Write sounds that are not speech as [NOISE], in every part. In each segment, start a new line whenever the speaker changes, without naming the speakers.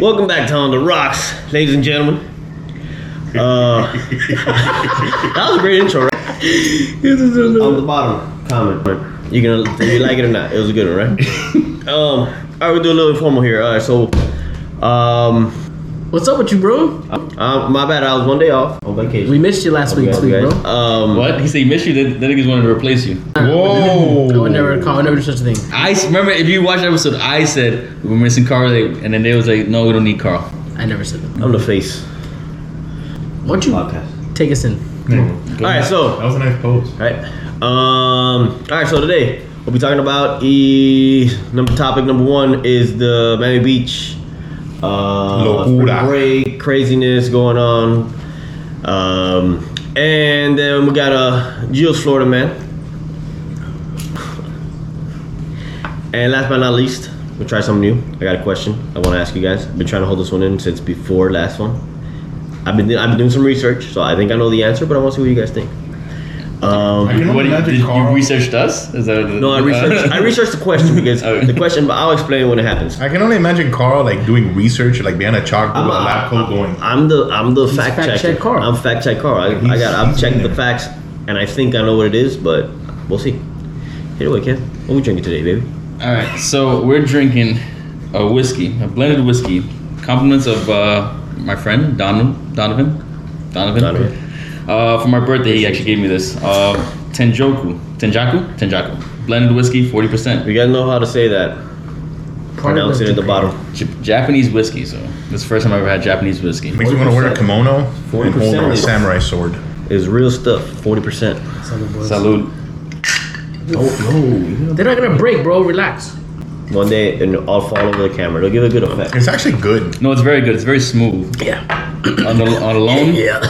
Welcome back to On the Rocks, ladies and gentlemen. Uh, [LAUGHS] that was a great intro, right?
Uh,
On the bottom, comment. You gonna if you like it or not? It was a good one, [LAUGHS] right? um, all right, we'll do a little informal here. All right, so, um,
What's up with you, bro?
uh, my bad. I was one day off on vacation.
We missed you last week, too, bro.
Um,
What? He said he missed you. Then then niggas wanted to replace you.
I would never call. I would never do such a thing.
I s- remember if you watched the episode, I said we're missing Carl, they- and then they was like, no, we don't need Carl.
I never said that.
I'm the face.
Why don't you
Uh,
take us in?
All right, so
That was a nice pose.
All right. Um, all right. So today we'll be talking about e number topic number one is the Miami Beach uh, spring
Locura.
break craziness going on, um, and then we got a uh, Gio's Florida man, and last but not least, we'll try something new. I got a question I want to ask you guys. I've been trying to hold this one in since before last one. I've been I've been doing some research, so I think I know the answer, but I want to see what you guys think. Um,
You know,
What, did
Magic
did you
Carl-
researched us? Is that uh,
No, I researched. I
[LAUGHS]
researched the [LAUGHS] question because
Okay.
the question. But I'll explain when it happens.
I can only imagine Carl like doing research, like behind a chalkboard
I'm
with a
a-
lab coat going.
I'm the I'm the fact,
fact
checker.
check Carl.
I'm fact check Carl. I, I
He's-
got I've
he's
checked
in
the
there.
facts, and I think I know what it is, but we'll see. Hit it away, kid. What we drinking today, baby?
All right, so we're drinking a whiskey, a blended whiskey, compliments of uh, my friend Don, Donovan, Donovan.
Donovan.
Uh, for my birthday, he actually gave me this uh, Tenjoku, Tenjaku, Tenjaku, blended whiskey, forty percent
You guys know how to say that. Pronounce it at the bottom.
Japanese whiskey. So this is the first time I ever had Japanese whiskey.
Makes me want to wear a kimono and hold
40%
a
is-
samurai sword.
It's real stuff. Forty percent.
Salud.
They're not gonna break, bro. Relax.
One day, and I'll fall over the camera. It'll give a good effect.
It's actually good.
No, it's very good. It's very smooth.
Yeah.
On, the, on alone,
Yeah.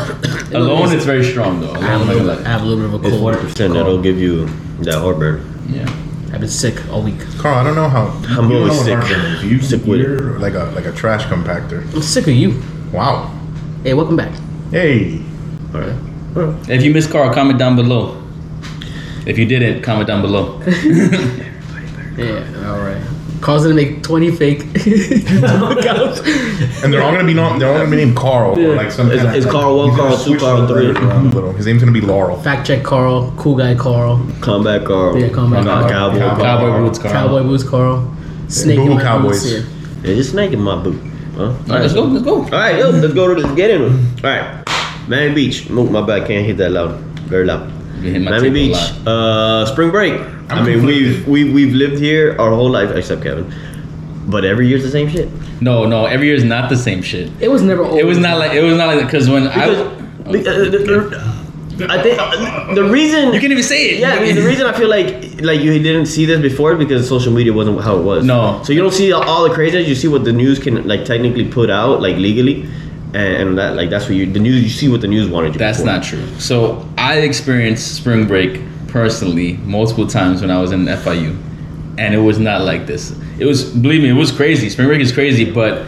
alone, it's very strong though. Alone,
I have, a
I'm not
little,
gonna
I
lie.
have a little bit of a
It's
cold.
forty percent. That'll give you that heartburn.
Yeah.
I've been sick all week.
Carl, I don't know how.
I'm
you don't
always
know what
sick.
heartburn is. You,
Sick with it.
you're like a like a trash compactor.
I'm sick of you.
Wow.
Hey, welcome back.
Hey.
All right.
If you missed Carl, comment down below. If you didn't, comment down below.
Yeah. All right. Calls gonna make twenty fake. [LAUGHS]
And they're all gonna be not, they're all gonna be named Carl or like some
It's-
kind
it's
of,
Carl one,
he's gonna
Carl two,
switch
Carl
the
three.
letters around a little. His name's gonna be Laurel.
Fact check, Carl. Cool guy, Carl.
Combat Carl.
Yeah, Combat Carl.
Cowboy.
Cowboy.
Carl.
Cowboy boots, Carl.
Cowboy boots, Carl. Snake
Boo
in my
Cowboys.
boots. Yeah.
Yeah, just snake in my boot. Huh?
All right, let's go. Let's go.
All right, yo, let's go to this. Get in. All right, Miami Beach. No, my bad. Can't hit that loud. Very loud.
You hit my
Miami
table a
Beach. Uh, spring break. i mean, we've, we've we've lived here our whole life except Kevin, but every year's the same shit.
No, no. Every year is not the same shit.
It was never.
It was not like it was not like because when
Because,
I
be- uh, the- the- I think uh, the reason
you can't even say it.
Yeah, I mean, the reason I feel like like you didn't see this before is because social media wasn't how it was.
No.
so you don't see all the craziness. You see what the news can like technically put out like legally, and, and that like that's what you the news. You see what the news wanted you.
That's
for.
not true. So I experienced spring break personally multiple times when I was in FIU, and it was not like this. It was believe me, it was crazy. Spring break is crazy, but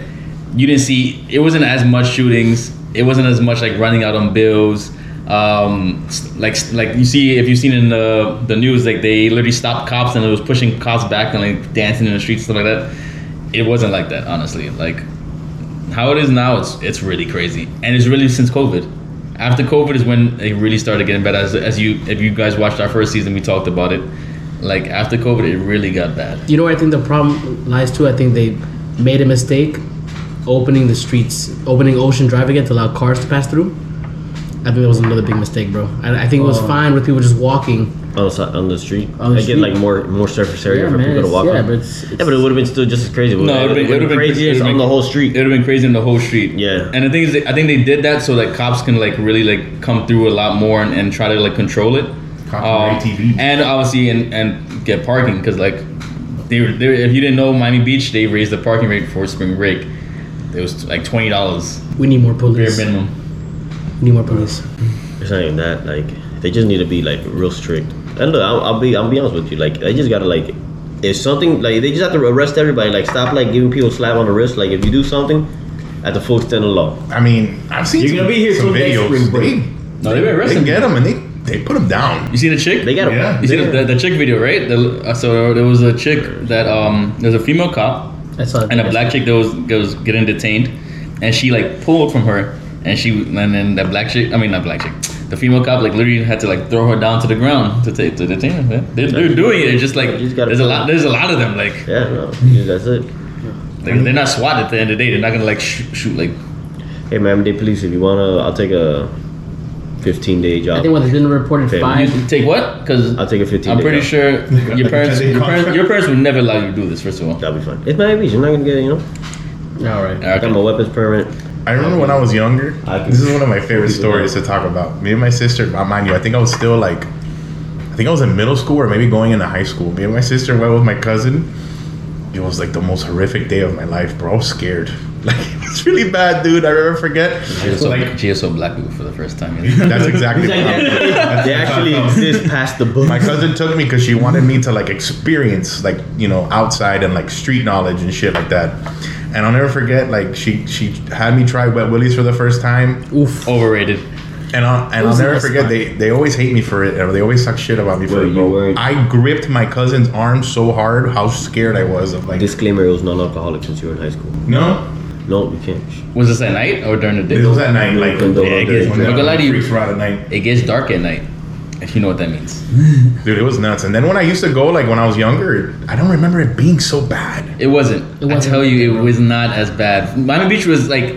you didn't see. It wasn't as much shootings. It wasn't as much like running out on bills. Um, s- like like you see if you've seen in the the news, like they literally stopped cops and it was pushing cops back and like dancing in the streets stuff like that. It wasn't like that, honestly. Like how it is now it's it's really crazy and it's really since covid after covid is when it really started getting bad as, as you if you guys watched our first season we talked about it like after covid it really got bad
You know, where I think the problem lies too. I think they made a mistake opening the streets, opening Ocean Drive again to allow cars to pass through. I think that was another big mistake, bro. I, I think it
Oh.
was fine with people just walking.
on the, side, Oh, on the street.
On the
they get
street.
like more more surface area
Yeah,
for
man,
people to
it's-
walk
yeah,
on.
but it's-
yeah, but it would have been still just as crazy.
No, it would've been-
would've
it would've been
craziest
crazy. It would've
on
been-
the whole street.
it would have been crazy in the whole street
Yeah.
and the thing is that- i think they did that so that cops can like really like come through a lot more and, and try to like control it Um,
Cops and ATVs.
and obviously and and get parking because like they, were, they were, if you didn't know miami beach they raised the parking rate for spring break it was like $20
We need more
bare
police. We
minimum
need more police.
It's not even that. Like they just need to be like real strict. And look, I'll, I'll be I'll be honest with you. Like they just gotta like if something like they just have to arrest everybody. Like stop like giving people a slap on the wrist. Like if you do something, at the full extent of the law.
I mean, I've seen
You're
some,
gonna be here
some
till next
videos.
spring break.
no they've been
They, they
arresting
get him and they they put him down.
You see the chick?
They gotta.
Yeah.
you see the, the, the chick video, right? The, uh, so there was a chick that um, there was a female cop
I saw
and a black chick that was, that was getting detained, and she like pulled from her, and she and then that black chick, I mean not black chick, the female cop like literally had to like throw her down to the ground to take to detain her. Man. They're, they're doing it. It's just like
You just gotta-
there's a lot there's a lot of them. Like
Yeah, no, yeah, that's it.
they're, they're not SWAT at the end of the day. They're not gonna like shoot, shoot like
Hey, man, day police, if you wanna, I'll take a 15 day
I
job.
think what they've been reported
Okay.
five.
you take what? Because
I'll take a 15
I'm
day
pretty
job. [LAUGHS]
sure your parents, your parents your parents would never allow you to do this. First of all,
That'll be fine. It's Miami Beach. You're not gonna get, it, you know.
All right.
I got
Okay.
my weapons permit.
I remember when I was younger.
I can-
This is one of my favorite
people
stories to talk about. Me and my sister, mind you, I think I was still like, I think I was in middle school or maybe going into high school. Me and my sister went with my cousin. It was like the most horrific day of my life, bro. I was scared. [LAUGHS] Like it was really bad, dude. I never forget.
She
So,
saw-
like
she saw black people for the first time.
[LAUGHS]
that's exactly. what happened.
They actually exist past the book.
My cousin took me because she wanted me to like experience like you know outside and like street knowledge and shit like that. And I'll never forget like she she had me try wet willies for the first time.
Oof.
Overrated.
And I'll, and I'll
was the
never
best
forget
part?
they, they always hate me for it or they always talk shit about me for
Wait,
it
you
bro.
were-
I gripped my cousin's arm so hard how scared I was of like
Disclaimer: It was non-alcoholic since you were in high school.
no
No, we can't.
Was this at night or during the day?
it was at night like
Open door.
when
Yeah, it
the-
gets-
when the
I'm gonna lie to you.
freaks were out at night
It gets dark at night, if you know what that means.
dude it was nuts and then when I used to go like when I was younger I don't remember it being so bad
It wasn't.
It wasn't.
I tell you, it was not as bad. Miami Beach was like,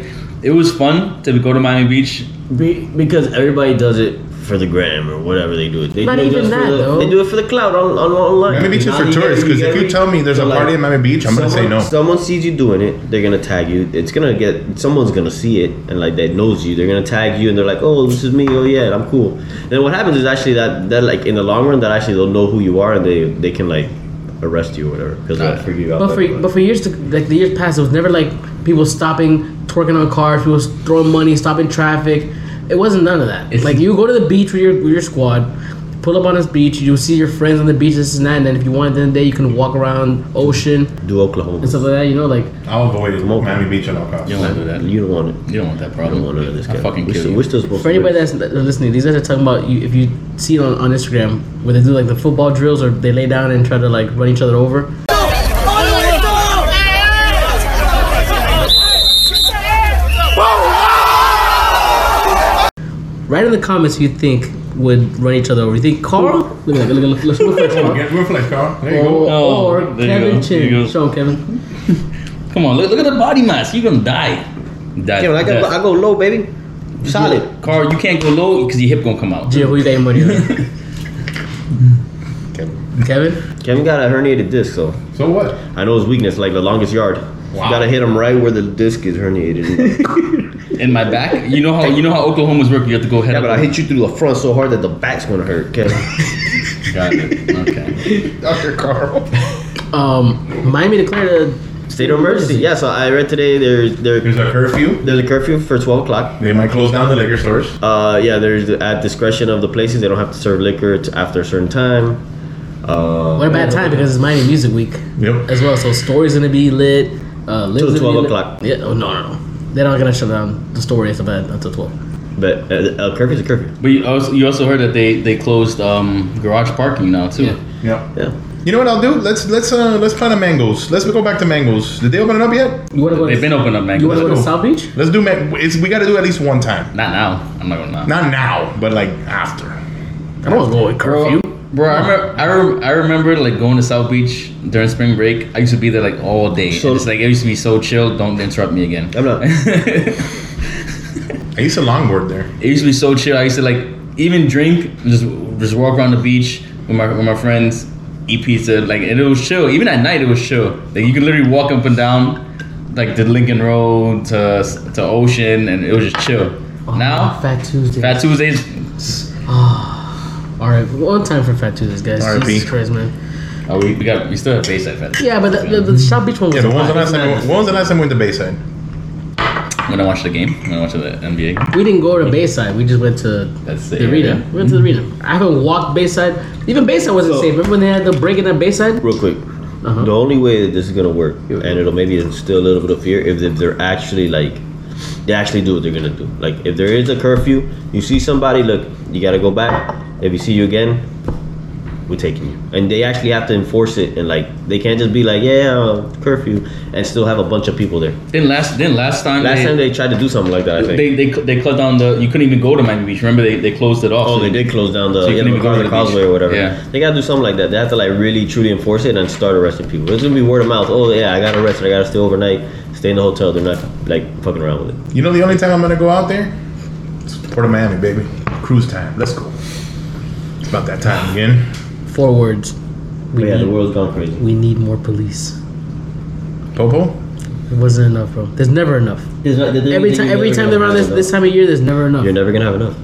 it was fun to go to Miami Beach.
Be, because everybody does it for the gram or whatever they do it. They
Not
do it
even
just for
that,
the-
though.
They do it for the cloud on, on online.
Miami Beach is
Now
for
you get-
tourists because if
get
you
me?
tell me there's a
So, like,
party in Miami Beach I'm gonna say
someone-
no
Someone sees you doing it, they're gonna tag you. It's gonna get someone's gonna see it and like that knows you. They're gonna tag you and they're like, oh, this is me. Oh yeah, I'm cool. Then what happens is actually that that like in the long run that actually they'll know who you are and they they can like arrest you or whatever because they'll
Got it.
figure you out.
But
that
for
way.
but for years to like the years past, it was never like people stopping, twerking on cars, people throwing money, stopping traffic. It wasn't none of that.
It's-
like you go to the beach with your with your squad, pull up on this beach, you see your friends on the beach, this and that, and then if you want, then the day you can walk around ocean
do Oklahoma.
and stuff like that. You know, like
I'll avoid
on.
Miami Beach at all costs
You don't want to do that.
You don't want it.
You don't want that
I
problem.
don't want none of this.
I
guy.
fucking
we're
kill
still,
you.
we're still supposed
for
to.
anybody that's that's listening, these guys are talking about you. If you see it on, on Instagram where they do like the football drills or they lay down and try to like run each other over. Write in the comments who you think would run each other over. You think Carl? Look at that. Look, look, look, look, look, look,
Get real flex, Carl. There you
Or,
go.
Oh,
or
there
Kevin
you go. There you
Chin.
go.
Show him, Kevin.
Come on, look, look at the body mass. You're gonna die. Die.
Damn, I,
Death.
go, I go low, baby. Solid.
Carl, you can't go low because your hip gonna come out.
Gio, who you got your money on?
Okay.
Kevin?
Kevin got a herniated disc, so
So what?
I know his weakness, like the longest yard.
Wow.
You gotta hit him right where the disc is [LAUGHS] herniated.
In my back. You know how you know how Oklahoma's work. You have to go head
yeah,
up.
but I hit you through the front so hard that the back's gonna hurt, [LAUGHS] Kevin.
Got
[LAUGHS]
it. Okay.
Dr. Carl.
Um, Miami declared a
State of emergency. Yeah, so I read today there's there,
There's a curfew.
there's a curfew for 12 o'clock.
They might close down the liquor stores.
Uh, yeah, there's at discretion of the places. They don't have to serve liquor t- after a certain time. Uh,
what a bad time because it's Miami Music Week
Yep.
as well. So story's gonna be lit. Uh,
Till
Lib's gonna be
12
lit.
o'clock.
Yeah. Oh no, no, no. They're not gonna shut down the story and stuff like that until twelve.
But uh, a curfew's a curfew.
But you also you also heard that they they closed um garage parking now too.
Yeah.
Yep.
Yeah.
You know what I'll do? Let's let's uh let's plan a mangoes. Let's go back to mangoes. Did they open it up yet?
You wanna go?
They've
To,
been open up, man.
you wanna go to
Let's go.
South Beach?
Let's do man. It's, we got to do at least one time.
Not now. I'm not gonna lie.
Not now, but like after.
I don't wanna go with curfew.
Bro, I remember, I, rem- I remember like going to South Beach during spring break. I used to be there like all day.
So-
and it's like it used to be so chill. Don't interrupt me again.
I'm not.
I used to longboard there.
It used to be so chill. I used to like even drink, just just walk around the beach with my with my friends, eat pizza, like and it was chill. Even at night, it was chill. Like you could literally walk up and down, like the Lincoln Road to to Ocean, and it was just chill.
Oh,
now Fat,
Fat Tuesday.
Tuesdays,
All right, one time for Fat Tuesdays, guys.
R.I.P.
Jesus Christ, man.
oh, we, we got we still have base at Fat. Tuesdays.
Yeah, but the, the,
Mm.
the South Beach one was.
Yeah, but when was
fine.
the last
It's
time?
not-
When was the last time we went to Bayside?
When I watch the game, when I watch the NBA,
We didn't go to Bayside. We just went to
That's
the
the
arena.
area.
We went to the arena. I haven't walked Bayside. Even Bayside wasn't
So-
safe. Remember when they had the breaking at Bayside?
Real quick. The only way that this is gonna work, and it'll maybe instill a little bit of fear, if, if they're actually like, they actually do what they're gonna do. Like, if there is a curfew, you see somebody, look, you gotta go back. If you see you again, we're taking you. And they actually have to enforce it, and like they can't just be like, yeah, uh, curfew, and still have a bunch of people there.
Then last, then last time,
Last
they,
time they tried to do something like that, I think.
they, they cl- they cut down the. You couldn't even go to Miami Beach. Remember they, they closed it off.
Oh,
so
they did close down the
So you
yeah,
can
the
even go to
MacArthur
the
Causeway
beach.
or whatever.
Yeah.
They gotta do something like that. They have to like really truly enforce it and start arresting people. It's gonna be word of mouth. Oh yeah, I got arrested. I gotta stay overnight. Stay in the hotel. They're not like fucking around with it.
You know the only time I'm gonna go out there? It's Port of Miami, baby. Cruise time. Let's go. It's about that time again.
Four words.
But
We,
yeah, the
need,
world's gone crazy.
we need more police.
Popo?
It wasn't enough, bro. There's never enough. Every time, every time they're around this, this time of year, there's never enough.
you're never gonna have enough.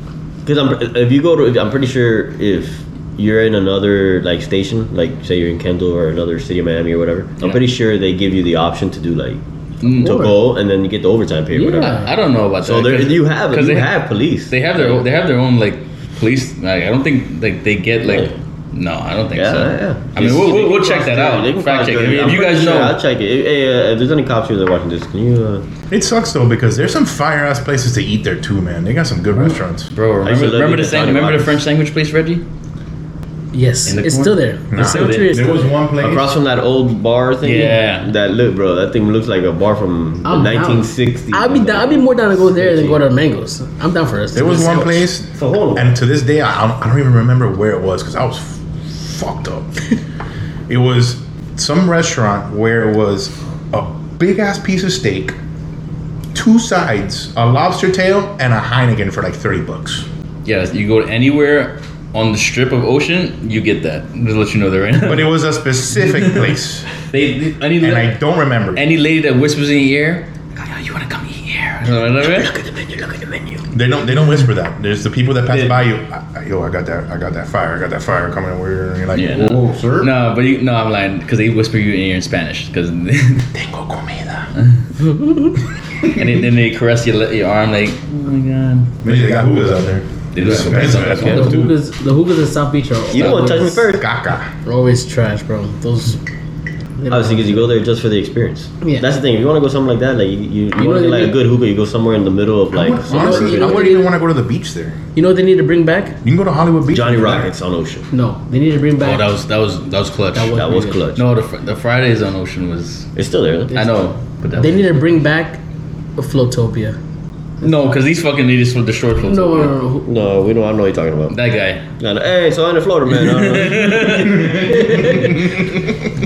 Because I'm if you go to, I'm pretty sure if you're in another like station, like say you're in Kendall or another city of Miami or whatever, I'm
Yeah.
pretty sure they give you the option to do like
Mm.
to
Sure.
go and then you get the overtime pay or whatever.
Yeah.
I don't know about
So
that.
there, you have you
they
have police.
They have their own, they have their own like police. Like, I don't think like they get like.
Really?
No, I don't think
Yeah,
so.
yeah.
I mean, we'll, we'll, we'll check that out.
They can
Fact
cross
check. it. I
verify.
mean,
I'm
if you
pretty
guys
sure,
know,
I'll check it. Hey, uh, if there's any cops here that are watching this, can you? Uh,
It sucks though because there's some fire ass places to eat there too, man. They got some good restaurants.
bro.
I used
Remember,
to love
remember
eating
the sang-
Italian
remember
bars.
the French language place, Reggie?
Yes,
In the
it's
corner?
still there.
Nah.
It's still there. It's
There
still
was
there.
one place.
across from that old bar thing.
Yeah.
That look, bro. That thing looks like a bar from
I'm
the
down.
1960s.
I'd be down, I'd be more down to go there than go to Mangoes. I'm down for us.
there was one place,
So hold on.
and to this day, I I don't, I don't even remember where it was because I was f-
[LAUGHS]
fucked up. it was some restaurant where it was a big ass piece of steak, two sides, a lobster tail, and a Heineken for like 30 bucks.
Yes, you go anywhere on the strip of ocean, you get that. Just let you know that right
[LAUGHS]
now.
But it was
[LAUGHS]
a specific place,
they, they any
and I don't remember.
any lady that whispers in your ear, [LAUGHS] God, yo, you wanna come eat here? You know what I mean?
They don't. They don't whisper that. There's the people that pass by you. "I- I- Yo, I got that. I got that fire. I got that fire coming over here. And you're like,
Yeah,
oh,
no.
sir.
No, but you, no, I'm lying because they whisper you in your ear in Spanish. Because [LAUGHS] and
Tengo comida.
they, then they caress your, le- your arm like, oh my god.
Maybe they got hookahs out there.
They do have hookahs
That's- that's
out there.
The
what I'm
hookahs, the hookahs in South Beach are
You don't want to touch me first.
Caca.
They're always trash, bro. Those.
Obviously, because you go there just for the experience.
Yeah.
That's the thing. If you want to go something like that, like you, you, you,
know
want to
what
get
I
like a
mean?
good hookah, you go somewhere in the middle of like some
know-
Honestly,
urban
I
area.
wouldn't even want to go to the beach there.
You know what they need to bring back?
You can go to Hollywood Beach.
Johnny
and do that.
Rockets on Ocean.
No, they need to bring
Oh,
back.
that was that was that was clutch.
That was-
That was clutch.
no, the, fr- the Fridays on Ocean was.
It's still there. Though.
I know, but that
they
was,
need to bring back Flotopia.
no, because these fucking niggas from the short films.
No, no, no, no.
No, we know. I know what you're talking about.
That guy.
No, no. Hey, so I'm in Florida,
[LAUGHS]
man. I don't know.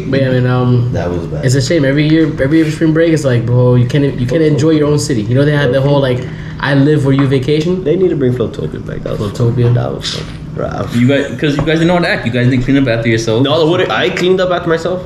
But yeah, I mean, um,
that was bad.
it's a shame. Every year, every year spring break, it's like, bro, you can't, you can't enjoy your own city. You know, they had the whole like, I live where you vacation.
They need to bring Flotopia back. That was fun.
Flowtopia.
That was fun. Bro,
You guys, because you guys didn't know how to act. You guys didn't clean up after yourself.
No, what I cleaned up after myself.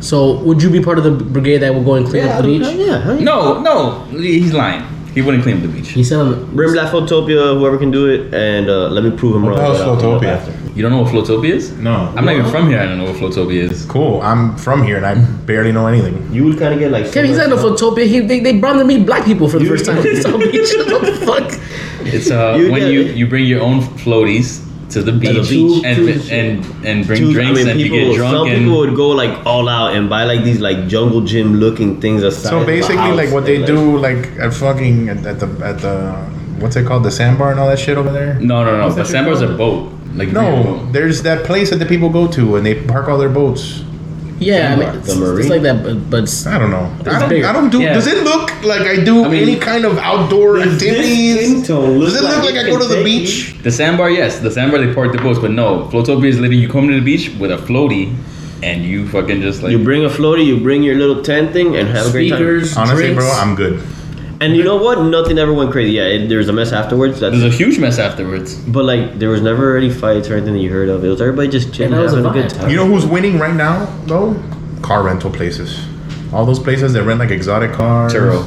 So, would you be part of the brigade that will go and clean up the beach?
yeah. No.
no, no, he's lying. He wouldn't clean up the beach.
He said, on-
Bring Black Photopia, whoever can do it, and uh, let me prove him
What
wrong.
the hell's
I'll clean up
Flowtopia?
after.
You don't know what Flotopia is?
No.
I'm not even from here. I don't know what Flotopia is.
cool. I'm from here and I barely know anything.
You would kind of get like.
Kevin, he's
similar-
not in Flotopia. He, they, they brought to meet black people for the first [LAUGHS] time in South Beach. What the fuck?
It's uh,
You
when
get
you
it.
you bring your own floaties to the beach,
beach.
and,
Choose-
and and bring
Dude,
drinks
I mean,
and
people,
you get drunk
some
and
people would go like all out and buy like these like jungle gym looking things. That size of
So
a
basically,
house
like what
and,
they do, like at fucking at, at the at the what's it called, the sandbar and all that shit over there.
no no no.
What's
The
that shit
sandbar's a
called?
boat. Like you bring your
No,
boat.
there's that place that the people go to and they park all their boats.
Yeah, I mean,
The
it's, it's
marine.
like that, but, but it's-
I don't know. I don't,
bigger.
I don't do.
Yeah.
Does it look like I do
I mean,
any kind of outdoor activities? Does it
tone look
look
like
like I go to the
Kentucky?
beach?
The sandbar, yes, the sandbar they park the boats, but no, Flotopia is literally you come to the beach with a floaty, and you fucking just like
You bring a floaty, you bring your little tent thing, and have a great
speakers,
Honestly,
drinks.
bro, I'm good.
time. And you know what? Nothing ever went crazy. Yeah, it, there was a mess afterwards. That's,
there's a huge mess afterwards.
but like there was never any fights or anything that you heard of. It was everybody just chilling,
that was a
having a,
vibe.
good time.
You know who's winning right now though? Car rental places. All those places that rent like exotic cars.
Turo.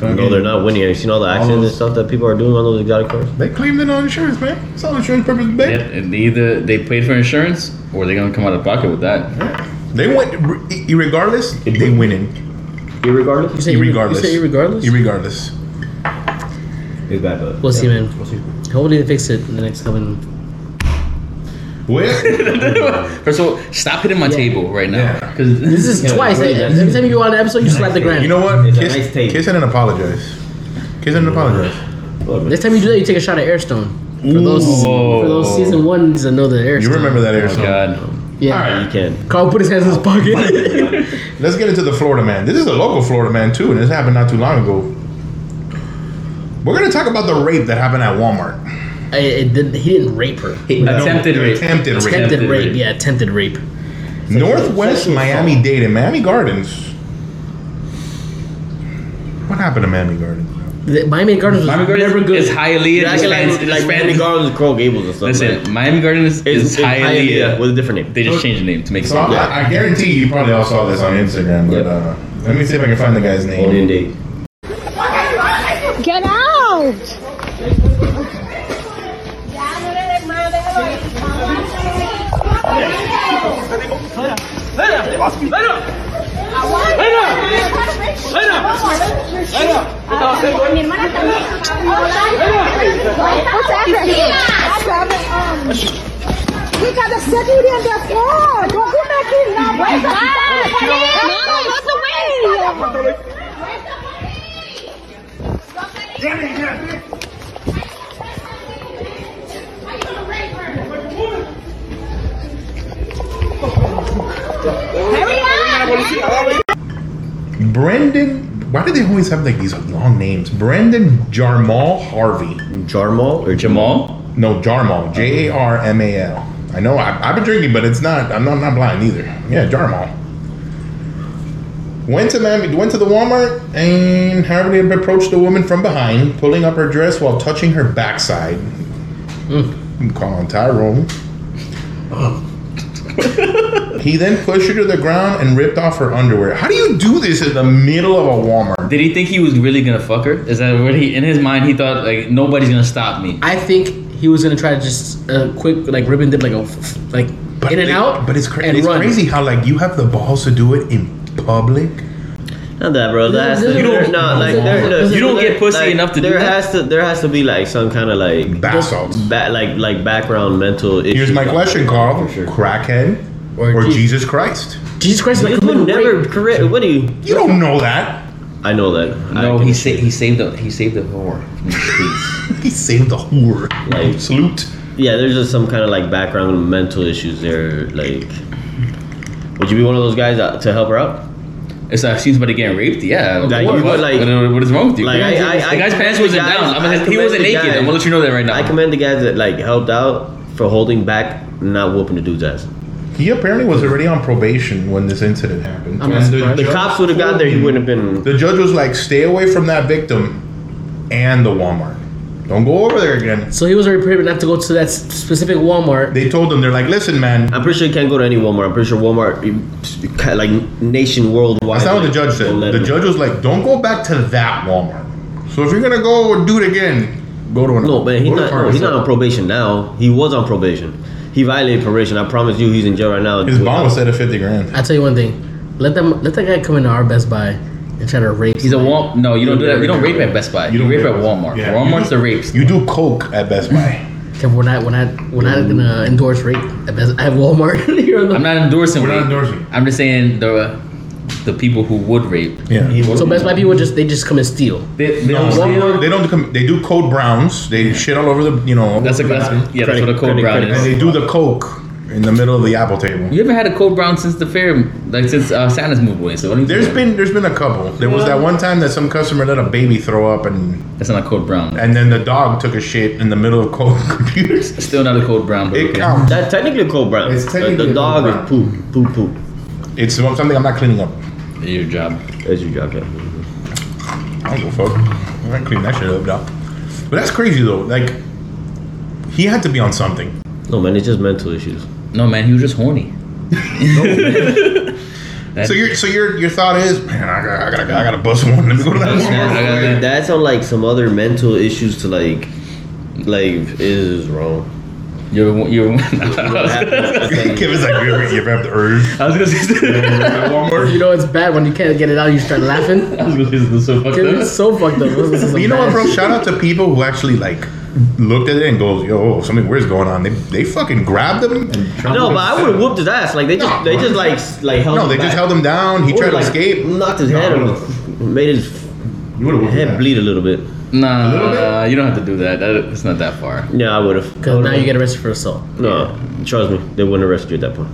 Fucking-
no, they're not winning. Have you seen all the accidents and
those-
stuff that people are doing on those exotic cars?
They claim they're not insurance, man. It's all insurance purpose,
They,
baby.
they either they paid for insurance or they're gonna come out of pocket with that.
They went, re- regardless, they winning.
Irregardless,
You say
Irregardless.
You say regardless.
Irregardless.
it's bad. But
we'll see, man.
We'll see.
Hopefully they fix it in the next coming.
What?
[LAUGHS] First of all, stop hitting my table right now
Yeah.
because
This is
Yeah,
twice.
really,
eh?
that's-
Every time you go on an episode, you slap the ground.
[LAUGHS] you know
[LAUGHS]
what?
It's a
Kiss,
nice take.
kiss it and apologize. Kiss it and apologize.
Well,
Next time you do that, you take a shot at Airstone. For those,
Ooh.
for those season ones that know the air.
You remember that
[LAUGHS]
air
Oh,
song.
God.
Yeah.
All right.
You can.
Carl put his hands in his pocket. [LAUGHS]
Let's get into the Florida man. This is a local Florida man too, and this happened not too long ago. We're gonna talk about the rape that happened at Walmart.
I, it did, he didn't rape her.
He attempted
No,
rape.
Attempted rape.
Attempted rape. Yeah, attempted rape.
Northwest Miami Dade in Miami Gardens. What happened to Miami Gardens?
The, Miami Gardens was
Miami Gardens
never good.
is Hialeah.
You're acting like,
Hialeah.
like Miami Gardens is Coral Gables or something.
Listen, Miami Gardens
it's, it's
is Hialeah.
Hialeah with a different name.
They just changed the name to make
So
sense.
I, I guarantee you probably all saw this on Instagram, but
Yeah.
uh, let me see if I can find the guy's
On
name.
Indeed.
Get out! Mi hermana también. What's that right here? That's happening. We got the security on the floor. Don't go back in now. Where's the Mama, what's away? Hurry up!
Brendan. Why do they always have like these long names? Brendan Jarmal Harvey.
Jarmal or
Jamal?
No, Jarmal. J A R M A L. I know I, I've been drinking, but it's not. I'm not, I'm not blind either. Yeah, Jarmal. Went to Miami, went to the Walmart, and Harvey approached the woman from behind, pulling up her dress while touching her backside. I'm calling Tyrone. he then pushed her to the ground and ripped off her underwear. How do you do this in the middle of a Walmart?
Did he think he was really gonna fuck her? Is that what he in his mind he thought like nobody's gonna stop me?
I think he was gonna try to just a quick like rip and dip like a f- f- like in and
they-
out.
But it's, cra-
and
it's
run.
crazy how like you have the balls to do it in public.
Not that, bro. There has to,
You don't-
no, like, there, look,
You don't
there-
get pussy
like,
enough to do
there
that?
Has to, there has to be like some kind of like
Bath salts.
ba- like like background mental issue.
Here's my question, Carl.
For sure.
Crackhead or,
Or
Jesus.
Jesus.
Christ?
Jesus Christ! Like,
You
come
would
on,
never
rape.
correct. What do you?
You don't know that. [LAUGHS]
I know that.
No,
I,
he sa- he saved the he saved the whore from the streets.
He saved the whore.
Like-
Salute.
Yeah, there's just some kind of like background mental issues there. Like, would you be one of those guys that, to help her out?
[LAUGHS] It's like I've seen somebody getting raped. Yeah,
Like,
what,
you
what-
would, like-
what- what is wrong with you?
Like, I- I-
the
I
guy's pants
commend
wasn't
the guys-
down. I'm gonna,
I
he
commend the
wasn't naked. I'm gonna
guys.
let you know that right now.
I commend the guys that like helped out for holding back, not whooping the dude's ass.
He apparently was already on probation when this incident happened.
I'm not
And
surprised.
The cops would have got there. He wouldn't have been.
The judge was like, "Stay away from that victim and the Walmart. Don't go over there again."
So he was already prohibited not to go to that s- specific Walmart.
They told him, "They're like, listen, man,
I'm pretty sure you can't go to any Walmart. I'm pretty sure Walmart, you- you ca- like nation worldwide.
That's not what the
like,
judge
won't
said.
let
The
him.
judge was like, "Don't go back to that Walmart. So if you're gonna go do it again, go to another."
No, man, he's
go to
not. No,
Target
he's not
store."
on probation now. He was on probation. He violated probation. I promise you, he's in jail right now.
His bond was set at fifty grand.
I tell you one thing, let them let that guy come into our Best Buy and try to rape.
He's a Wal. No, you don't do that. You don't rape at Best Buy. You,
don't
rape
rape
at
at-
Walmart.
Yeah.
Walmart's the rapes.
You do coke at Best Buy.
Okay, we're not we're not we're not gonna endorse rape at, Best, at Walmart. [LAUGHS] Here on the-
I'm not endorsing.
We're not
rape.
endorsing.
I'm just saying the the people who would rape.
Yeah.
so Best Buy people just they just come and steal.
They, they
No,
don't steal.
Walmart- they don't. Com- they do code browns. They shit all over the. You know.
That's a that's, yeah. That's what a cold
Credit-
brown
credit-
is.
and they do the coke in the middle of the apple table.
You haven't had a cold brown since the fair, like since uh, Santa's moved away. So what do you
There's
think?
been there's been a couple. There was that one time that some customer let a baby throw up and
that's not a cold brown.
and then the dog took a shit in the middle of cold [LAUGHS] computers.
Still not a cold brown. But
It
okay.
counts.
That technically Cole Brown.
It's
Like,
technically
the dog
Cole
is poo, poo, poo.
It's something I'm not cleaning up.
Your job.
As you drop it.
I don't give a fuck. I'm gonna clean that shit up, dog. But that's crazy though. Like, he had to be on something.
No man, it's just mental issues.
No man, he was just horny.
So your so your your thought is, man, I gotta I gotta, I gotta bust one. Let me go to that
Bust one, I
Walmart.
gotta- Yeah.
That's on like some other mental issues to like, like is wrong.
You're you're. [LAUGHS]
What happens is,
[LAUGHS]
like,
Kevin's like, you ever, you ever have the urge?
I was gonna say. [LAUGHS]
You know it's bad when you can't get it out. You start laughing.
I
[LAUGHS]
was gonna say this is so fucked
Kid, It's
up.
so fucked up. This is
But you know what,
bad
bro?
shit.
Shout out to people who actually like looked at it and goes, yo, something weird's going on. They they fucking grabbed him. And tried
no,
to-
but I would have whooped his ass. Like they just, they just like, s- like held.
No,
him
they
back.
just held him down. He
Or,
tried to
like, mm,
escape.
Knocked his
No,
head
I
on. Made his
You would
head bleed a little bit.
Nah,
little bit?
nah, you don't have to do that. that. It's not that far.
Yeah, I would have.
Because now you get arrested for assault.
No, trust me, they wouldn't arrest you at that point.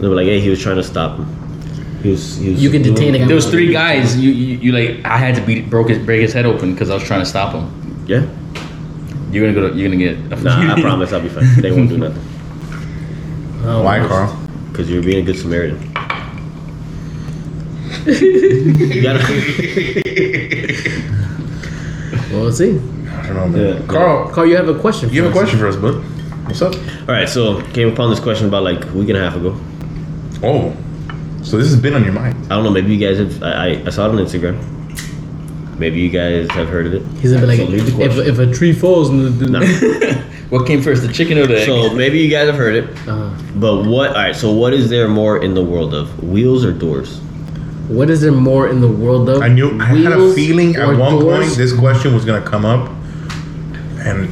They were like, "Hey, he was trying to stop him. He was. He was
You can detain a guy.
There was three guys. You, you, you like I had to beat broke his break his head open because I was trying to stop him.
Yeah.
You're gonna go. To, you're gonna get.
Nah,
[LAUGHS]
[LAUGHS]
I promise I'll be fine. They won't do nothing
Oh,
Why,
nice.
Carl?
because you're being a good Samaritan. you gotta. [LAUGHS]
Well, let's see.
I don't know, man.
Yeah.
Carl,
Carl, you have a question.
you have a
for us.
question for us, bud? What's up?
All right, so came upon this question about like a week and a half ago.
Oh, so this has been on your mind.
I don't know. Maybe you guys have. I, I, I saw it on Instagram. Maybe you guys have heard of it.
He's gonna be
So leave the
like, if,
question.
if a tree falls, in the,
No.
what came first, the chicken or the egg?
So maybe you guys have heard it.
uh,
But what? All right. So what is there more in the world of wheels or doors?
what is there more in the world of?
I knew I had a
wheels
feeling at
or
one
doors?
point this question was gonna come up, and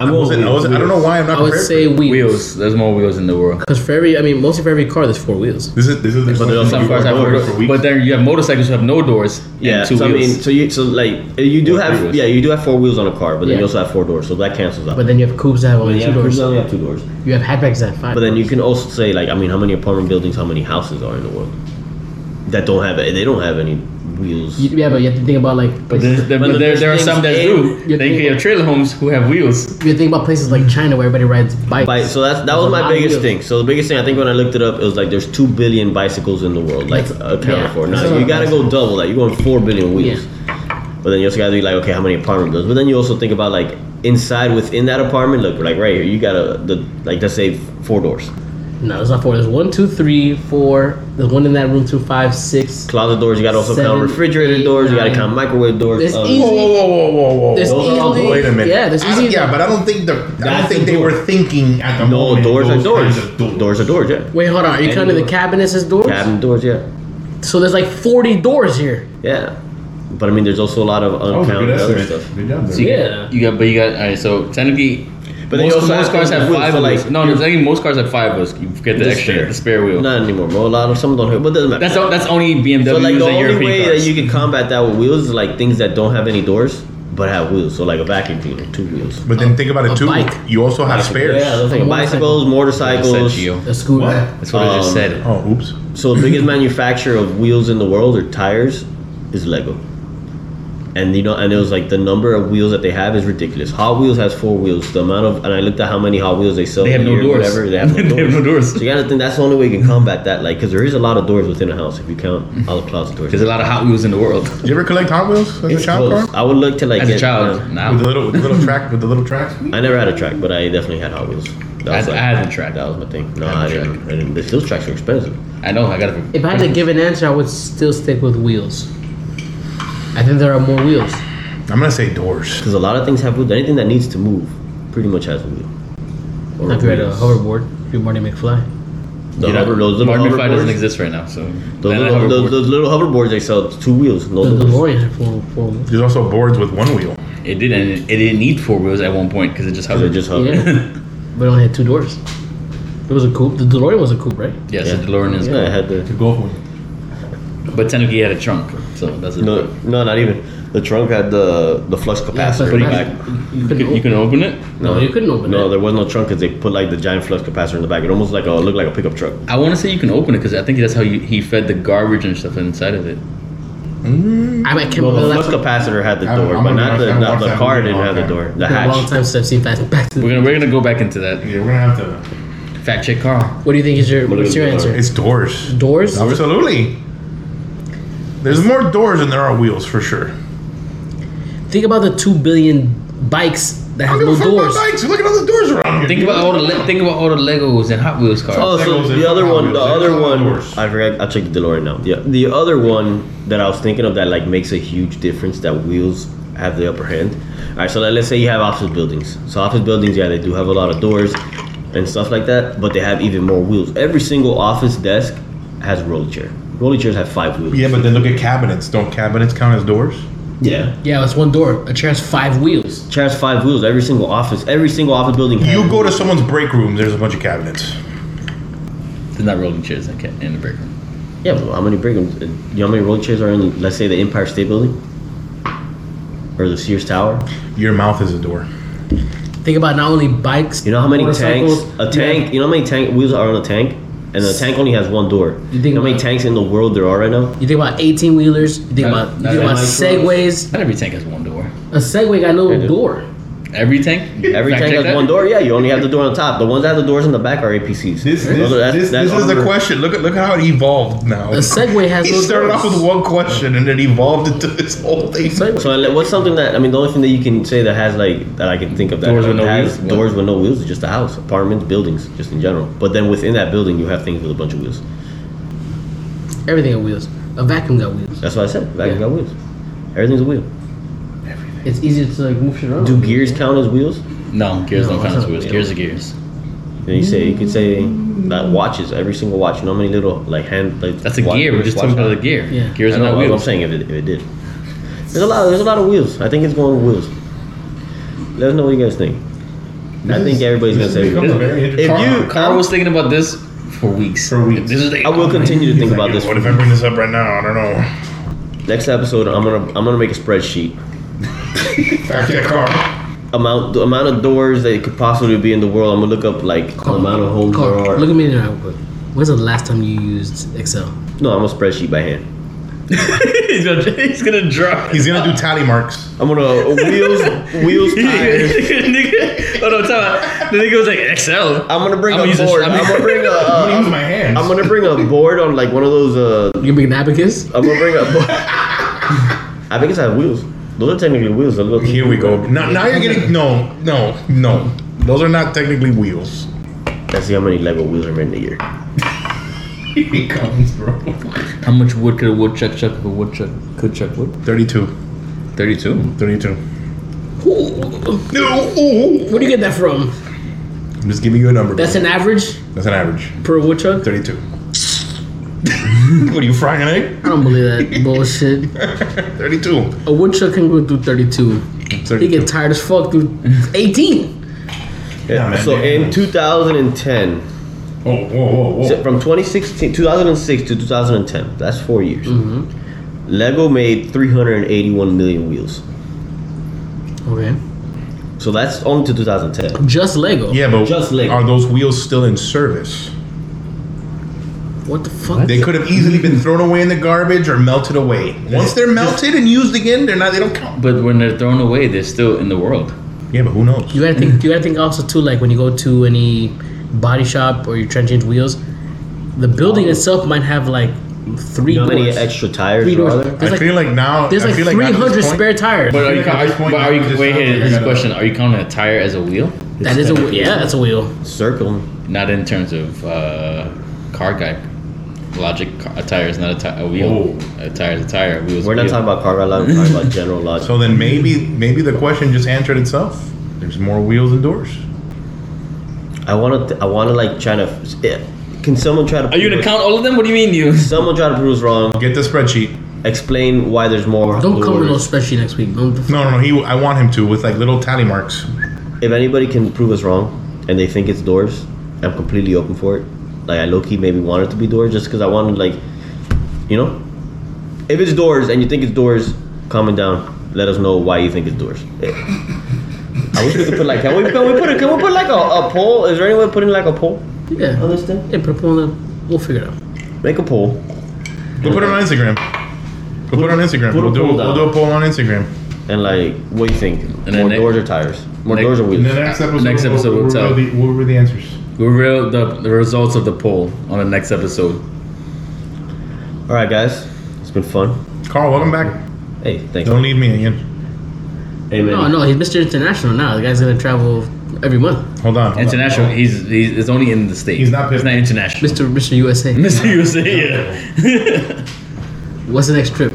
I'm
I wasn't. I, wasn't I don't know why I'm not.
I would
prepared.
say wheels.
wheels. There's more wheels in the world.
Because for every, I mean, mostly for every car, there's four wheels.
this is this is.
But they're also
you
Sometimes
were
I've
going
heard-
for weeks.
but then you have motorcycles who have no doors. and
Yeah,
two
so I
wheels.
mean, so you so like you do
Or three
have
wheels.
yeah you do have four wheels on a car, but then
Yeah.
you also have four doors, so that cancels out.
But then you have coupes that have only
you
two
have
doors.
you only have two doors.
You have hatchbacks that have five.
But then you can also say like I mean, how many apartment buildings, how many houses are in the world that don't have they don't have any wheels?
You- yeah, but you have to think about like.
But,
places-
there's, there,
But
but there,
there's
there are
things
some that
in-
do.
you
They
think-
have trailer homes who have wheels.
you think about places like China where everybody rides bikes.
Bike. So that's that
There's
was
a lot
my
of
biggest
wheels.
thing. So the biggest thing I think when I looked it up, it was like there's two billion bicycles in the world, like uh,
That's-
accounted
yeah.
for.
That's
Now
a lot
you
of
gotta go double that. You're going four billion wheels. But then you also gotta be like, okay, how many apartment buildings? But then you also think about like inside within that apartment. Look, like right here, you gotta the like let's say four doors.
No, there's not four. There's one, two, three, four. There's one in that room, two, five, six.
Closet doors. You gotta also
Seven,
count refrigerator
eight,
doors. You gotta
nine.
count microwave doors. uh,
It's
ovens.
easy.
Whoa, whoa, whoa, whoa, whoa, whoa!
There's
Those are all-
easily-
wait a minute.
yeah, there's
I don't-
easy-
Yeah, but I don't think the. I
That's
don't think
the
they
door.
were thinking at the
No,
moment.
doors are
those
doors.
kinds of
Doors are doors. Yeah.
Wait, hold on. Are you
And
counting the
door.
cabinets as doors?
Cabin doors. Yeah.
So there's like 40 doors here.
Yeah. But I mean, there's also a lot of
Oh, That was a good
uncounted other
estimate.
stuff.
Good job,
So you
David.
Yeah.
Got, you got, but you got. All right, so technically.
But
But
they
most,
also
most
have
cars have
wheels,
five
so, like,
wheels. No, no, technically most cars have five wheels. You forget the
The
extra,
spare.
the spare wheel.
Not anymore, bro. A lot of some don't have, but it doesn't matter.
That's o- that's only BMWs
so like the
and
only
European
way
cars.
that you can combat that with wheels is like things that don't have any doors but have wheels. So like a vacuum cleaner, two wheels.
But then think about
a
it too.
bike.
You also have spares.
Yeah, those like
A
bicycles, motorcycles.
Said Gio.
A scooter.
What?
That's what I just
Um,
said.
Oh, oops.
So the biggest manufacturer of wheels in the world or tires is Lego. And you know, and it was like the number of wheels that they have is ridiculous. Hot Wheels has four wheels. The amount of and I looked at how many Hot Wheels they sell.
They have
a
no
year,
doors.
Whatever.
[LAUGHS]
They have no
They
doors.
have no doors.
So [LAUGHS] you gotta think that's the only way you can combat that, like, because there is a lot of doors within a house if you count all the closet doors.
There's a lot of Hot Wheels in the world.
Did you ever collect Hot Wheels as a
It's
child,
close.
Carl?
I would look to like
As a
get- um,
child,
With the
now
little, with the little track, with the little track.
I never had a track, but I definitely had Hot Wheels. That
I-
was
I
like,
had a track.
That was my thing. No,
I had
I,
a track.
didn't. I didn't. but Those tracks are expensive.
I know I got to.
If I had to give an answer, I would still stick with wheels. I think there are more wheels.
I'm gonna say doors.
Because a lot of things have wheels. Anything that needs to move pretty much has a wheel. Or
If you had a
wheels.
uh, hoverboard, you're Marty McFly.
The hover- those little
Martin McFly doesn't
hoverboards.
exist right now, so
Those
And I
little,
have a
those,
board.
those little hoverboards they sell two wheels. No
The
doors.
DeLorean had four, four wheels.
There's also boards with one wheel.
it did, and it, it didn't need four wheels at one point because it just
They
hovered.
just hover. [LAUGHS] Yeah.
Yeah, but it only had two doors. It was a coupe. The DeLorean was a coupe, right?
yes, the DeLorean is
I had the
Go for it.
cool, but technically it had a trunk, so that's a
no, no, not even. The trunk had the the flux capacitor in
but you
the
can-
back.
You
You
couldn't
can, you can open it.
No, you couldn't open
No,
it.
there was no trunk because they put like the giant flux capacitor in the back. It almost like a looked like a pickup truck.
I want to say you can open it because I think that's how you, he fed the garbage and stuff inside of it.
I might can't
Well, the
remember
flux
last
capacitor had the
I'm-
door,
I'm
but
gonna
not
be
the
honest, I
not
watched
the
that
car
movie a
didn't
long
have the
time.
door. The
It's been a long
hatch.
time since I've seen Fast Back to
We're
the.
gonna we're gonna go back into that.
Yeah, we're gonna have to.
Fact check car.
What do you think is your
Look
what's
at
your
the
answer?
It's doors.
Doors.
Absolutely. There's more doors than there are wheels for sure.
Think about the two billion bikes that
I
have
don't give
no
a fuck about
doors.
bikes. Look at all the doors around here.
Think about all the le- think about all the Legos and Hot Wheels cars.
Oh, so
Legos and
the other
Hot
one, the
Wheels, there's
other
a lot of
one,
doors.
I forgot. I checked the DeLorean now. Yeah, the other one that I was thinking of that like makes a huge difference that wheels have the upper hand. All right, so like, let's say you have office buildings. So office buildings, yeah, they do have a lot of doors and stuff like that, but they have even more wheels. Every single office desk has roller chair. Roller chairs have five wheels.
Yeah, but then look at cabinets. Don't cabinets count as doors?
yeah.
Yeah, it's one door. A chair has five wheels.
Chair has five wheels. Every single office, every single office building. has
You go to
wheels.
someone's break room. There's a bunch of cabinets.
There's not rolling chairs in, ca- in the break room.
Yeah, but how many break rooms? uh, You know how many roller chairs are in? Let's say the Empire State Building. or the Sears Tower.
Your mouth is a door.
Think about not only bikes.
You know how many tanks?
motorcycles,
A
you
tank.
have-
You know how many tank wheels are on a tank, and the tank only has one door. You,
think
know how many
about-
tanks in the world there are right now?
You think about eighteen wheelers. You think
Not-
about you
not
think about
like
segways.
Not every tank has one door.
A segway got no
do.
door.
Every
[LAUGHS]
tank.
Every
Fact
tank
check
has
that?
one door. Yeah, you only have the door on top. The ones that have the doors in the back are APCs. Those
This, this,
are- that's-
this,
that's
this is
under-
the question. Look at look how it evolved now.
A Segway has
He
no
started off
doors.
with one question and it evolved into this whole thing.
So like, what's something that I mean? The only thing that you can say that has like that I can think of that
Doors with no
has
wheels?
doors with no wheels is just a house, apartments, buildings, just in general. But then within that building, you have things with a bunch of wheels.
Everything got wheels. A vacuum got wheels.
That's what I said. Vacuum
Yeah.
got wheels. Everything's a wheel.
It's easier to like move shit around.
Do gears count as wheels?
No, gears
No,
don't count
that's
as
not
wheels.
real.
Gears are gears.
Then you say you could say that watches. Every single watch. You know how many little like hand like
That's a
wa-
gear. We're just talking
watch-
about a gear.
Yeah.
Gears
I
are
know,
not
that's what
wheels.
I'm saying if it, if it did. There's a lot. There's a lot of wheels. I think it's going with wheels. Let us know what you guys think. I think everybody's gonna say
becomes
wheels.
very interesting.
If you,
Carl, Carl was thinking about this for weeks.
For weeks.
This is the,
I will continue to think about this.
What if I bring this up right now? I don't know.
Next episode, I'm gonna I'm gonna make a spreadsheet.
Fact check car.
Amount the amount of doors that could possibly be in the world. I'm gonna look up like the amount of homes there
Carl,
are.
look at me now, real quick. When's the last time you used Excel?
No, I'm gonna spreadsheet by hand.
[LAUGHS] he's, gonna, he's gonna drop. [LAUGHS]
He's gonna do tally marks.
I'm gonna uh, wheels wheels tires.
Nigga- Hold on, time out. The nigga was like Excel. [LAUGHS]
I'm gonna bring
I'm
a
gonna use a-
board.
I'm
I'm gonna
gonna-
bring a.
[LAUGHS] I'm gonna use
Uh,
my hands.
I'm gonna bring a board on like one of those. Uh,
You can make an abacus.
I'm gonna bring a board. I think it's on wheels. Those are technically wheels. The little
Here we go. Now, now you're getting no, no, no. Those are not technically wheels.
Let's see how many Lego wheels are made in a year.
It comes, bro.
How much wood could a woodchuck chuck if a woodchuck could chuck wood?
32.
32.
32.
Ooh, Where do you get that from?
I'm just giving you a number.
That's
bro.
an average
That's an average.
per woodchuck.
32. [LAUGHS] what are you frying eh? an egg?
I don't believe
[LAUGHS]
that bullshit.
32.
A woodchuck can go through thirty-two. He
32.
get tired as fuck through eighteen.
Yeah,
man,
so
they-
in 2010,
Oh, whoa, whoa, whoa.
So from 2016 2006 to 2010 that's four years
Mm-hmm.
lego made 381 million wheels
Okay.
so that's only to 2010
Just Lego.
Yeah, but
Just Lego.
are those wheels still in service?
What the fuck?
They could have easily been thrown away in the garbage or melted away. Once they're melted and used again, they're not. They don't count.
But when they're thrown away, they're still in the world.
Yeah, but who knows?
You gotta think. You gotta think also too. Like when you go to any body shop or you're trying to change wheels, the building itself might have like three
you know how many
doors.
extra tires
three
are
doors.
there
There's
I
like,
feel like now
there's
I
like
feel at this
300
point-
spare tires.
But are you,
think at
count-
this point
but are
now,
you
just
wait
now
here?
we're
This is a
gonna-
question: Are you counting a tire as a wheel?
That is a wheel. Yeah, that's a wheel.
circle
Not in terms of uh, car guy logic. Car, a tire is not a, ti- a wheel. A tire is a tire. A wheel is a
we're not
wheel.
talking about car lot we're talking about general logic
[LAUGHS] So then maybe maybe the question just answered itself. There's more wheels than doors.
i want to i want to like try to yeah. can someone try to
Are you gonna count all of them? What do you mean you?
someone try to prove us wrong
Get the spreadsheet.
explain why there's more
Don't come with no
doors.
spreadsheet next week. Don't.
No, no, no. He. I want him to with like little tally marks.
if anybody can prove us wrong and they think it's doors i'm completely open for it like i low-key maybe want it to be doors just because i want to like you know if it's doors and you think it's doors comment down let us know why you think it's doors Eh. i wish we could put like can we, can we put a, can we put like a, a poll is there any way of putting like a poll on
Yeah.
this thing
Hey, put a poll on. We'll figure it out.
make a poll
We'll put it on Instagram. We'll put it on Instagram.
put a
We'll do.
poll
We'll
down.
do a poll on Instagram.
and like what do you think
And then
more
ne-
doors or tires more
ne-
doors or wheels
And the next episode.
Next episode, we'll
reveal
tell.
the- We'll reveal the answers.
[LAUGHS] We'll reveal the, the results of the poll on the next episode.
all right guys it's been fun
Carl, welcome back.
hey thanks
Don't leave me again.
hey man
No, no, he's Mr. International now. The guy's gonna travel every month.
Hold on. hold on.
International. He's he's it's only in the state.
He's not
He's not
pivoting.
international.
Mr.
[LAUGHS]
Mr. USA.
Mr. USA. Yeah. [LAUGHS]
What's the next trip?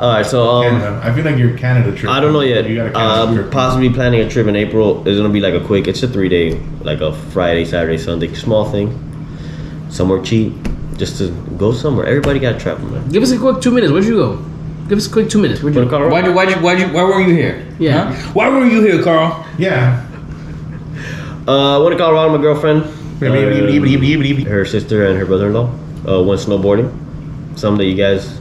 all right so um
Canada. I feel like your Canada trip.
I don't know yet.
You gotta cancel your-
Um, possibly planning a trip in April is gonna be like a quick. It's a three day, like a Friday, Saturday, Sunday, small thing. Somewhere cheap, just to go somewhere. Everybody got to travel, man.
Give us a quick two minutes. Where'd you go? Give us a quick two minutes. Where'd you
Wanna come around?
why, do, why, do, why, do, why were you here?
Yeah.
Huh? Why were you here, Carl?
yeah.
Uh, I went to Colorado with my girlfriend,
Maybe
her sister, and her brother in law. Uh, went snowboarding. Someday you guys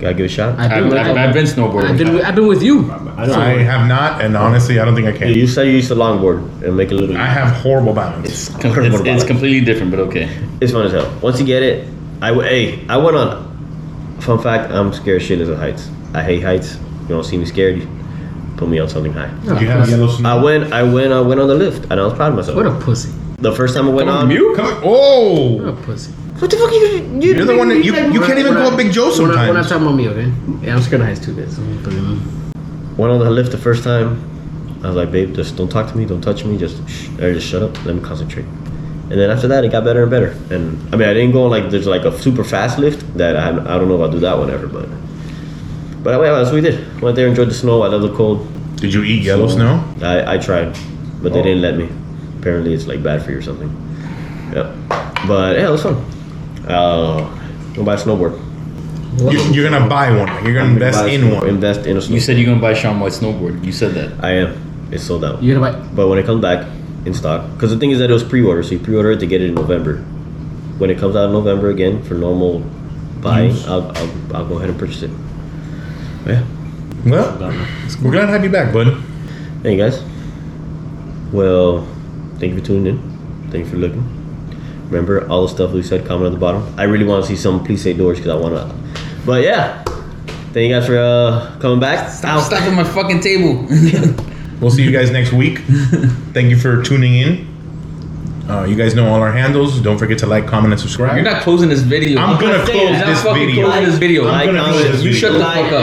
Gotta give it a shot.
I've
I've,
been,
I've, I've been snowboarding.
I've been, I've been with you.
I don't
I have not, and honestly, I don't think I
Dude,
can.
you say you used to longboard and make a little.
I have horrible balance.
it's, com- it's, it's completely different, but okay.
It's fun as hell. Once you get it, I w- hey, I went on. Fun fact: I'm scared shitless of heights. I hate heights. You don't see me scared. You put me on something high.
Oh,
You have yellow snow.
I went, I went, I went on the lift, and I was proud of myself.
What a pussy.
the first time I went on,
Come on. Oh,
What a pussy.
what the fuck you? you
you're the one that you, you
We're
can't
not-
even
we're
call
not-
Big Joe
We're not, we're not
sometimes.
talking about me, okay? Yeah, I'm scared of heights too, guys. So, but, um,
went on the lift the first time. I was like, babe, just don't talk to me, don't touch me, just shh, or just shut up, let me concentrate. And then after that, it got better and better. And I mean, I didn't go on like there's like a super fast lift that I, I don't know if I'll do that one ever, but but anyway, that's what we did. Went there, enjoyed the snow. I love the cold.
Did you eat yellow snow? Oh.
I, I tried, but they didn't let me. Apparently, it's like bad for you or something. Yep. But yeah, it was fun. Uh, go buy a snowboard.
You, you're gonna buy one. You're gonna invest
Buy a
in
snowboard.
one.
Invest in a snowboard.
You said you're gonna buy Sean White snowboard. You said that.
I am. It's sold out.
You're gonna buy.
But when it comes back in stock, because the thing is that it was pre-order, so you pre-order it to get it in November. When it comes out in November again for normal buying, I'll, I'll, I'll go ahead and purchase it. Yeah.
Well, we're glad to have you back, bud.
Hey guys. Well, thank you for tuning in. Thank you for looking. Remember all the stuff we said. Comment at the bottom. I really want to see some. Please say doors because I want to. But yeah, thank you guys for uh, coming back.
Stop!
[LAUGHS]
Stop at my fucking table.
We'll see you guys
[LAUGHS]
next week. Thank you for tuning in. Uh, you guys know all our handles. Don't forget to like, comment, and subscribe.
You're not closing this video.
I'm gonna
You're
close
not
this
fucking
video.
Closing this video.
I'm gonna
comment,
close this
you
video.
shut the fuck up.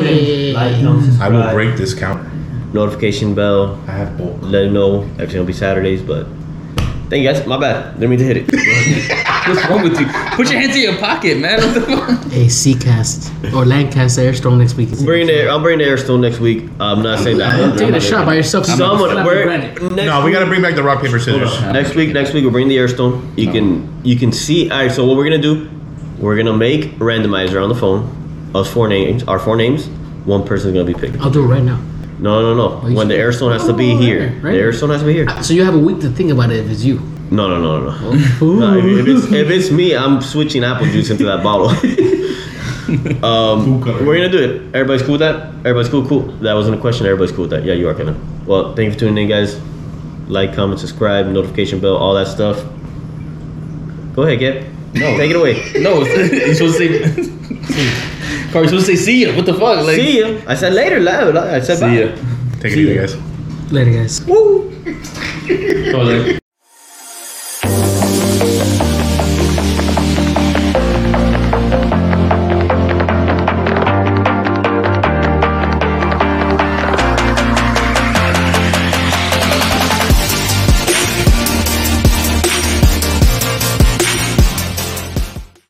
Hey,
Like, comment,
I will
subscribe.
break this counter.
notification bell.
I have bulk.
let him know. Everything will be Saturdays, but thank you guys. My bad. Let me to hit it.
What's wrong with you? Put your hands in your pocket, man. What the fuck?
Hey, Seacast or Lancaster Airstorm next week.
bring the air. I'm bringing the Airstone next week. I'm not saying that.
I'm taking a shot by yourself.
Someone,
Slap
we're,
your granite.
next,
No, we gotta bring back the rock paper scissors.
next week. Next week we'll bring the Airstone. You can you can see. All right. So what we're gonna do? We're gonna make randomizer on the phone. Us four names. Our four names. One person's gonna be picked.
I'll do it right now.
No, no, no.
you
When the
sure?
Airstone has to be
Oh,
here.
right, right.
The Airstone has to be here.
So you have a week to think about it if it's you.
No, no, no, no, no.
Oh.
[LAUGHS] No, if, if
[LAUGHS]
it's, if it's me, I'm switching apple juice into that bottle. um, we're gonna do it. Everybody's cool with that. Everybody's cool. Cool. That wasn't a question. Everybody's cool with that. Yeah, you are, Kenan. Well, thank you for tuning in, guys. Like, comment, subscribe, notification bell, all that stuff. Go ahead, Gab. No, take it away.
No, you're supposed to say. Carl, you're supposed to say see ya. What the fuck? Like,
See ya. I said later. la- la- I said
See
bye.
ya.
Take it easy, guys.
Later, guys.
Carl's like,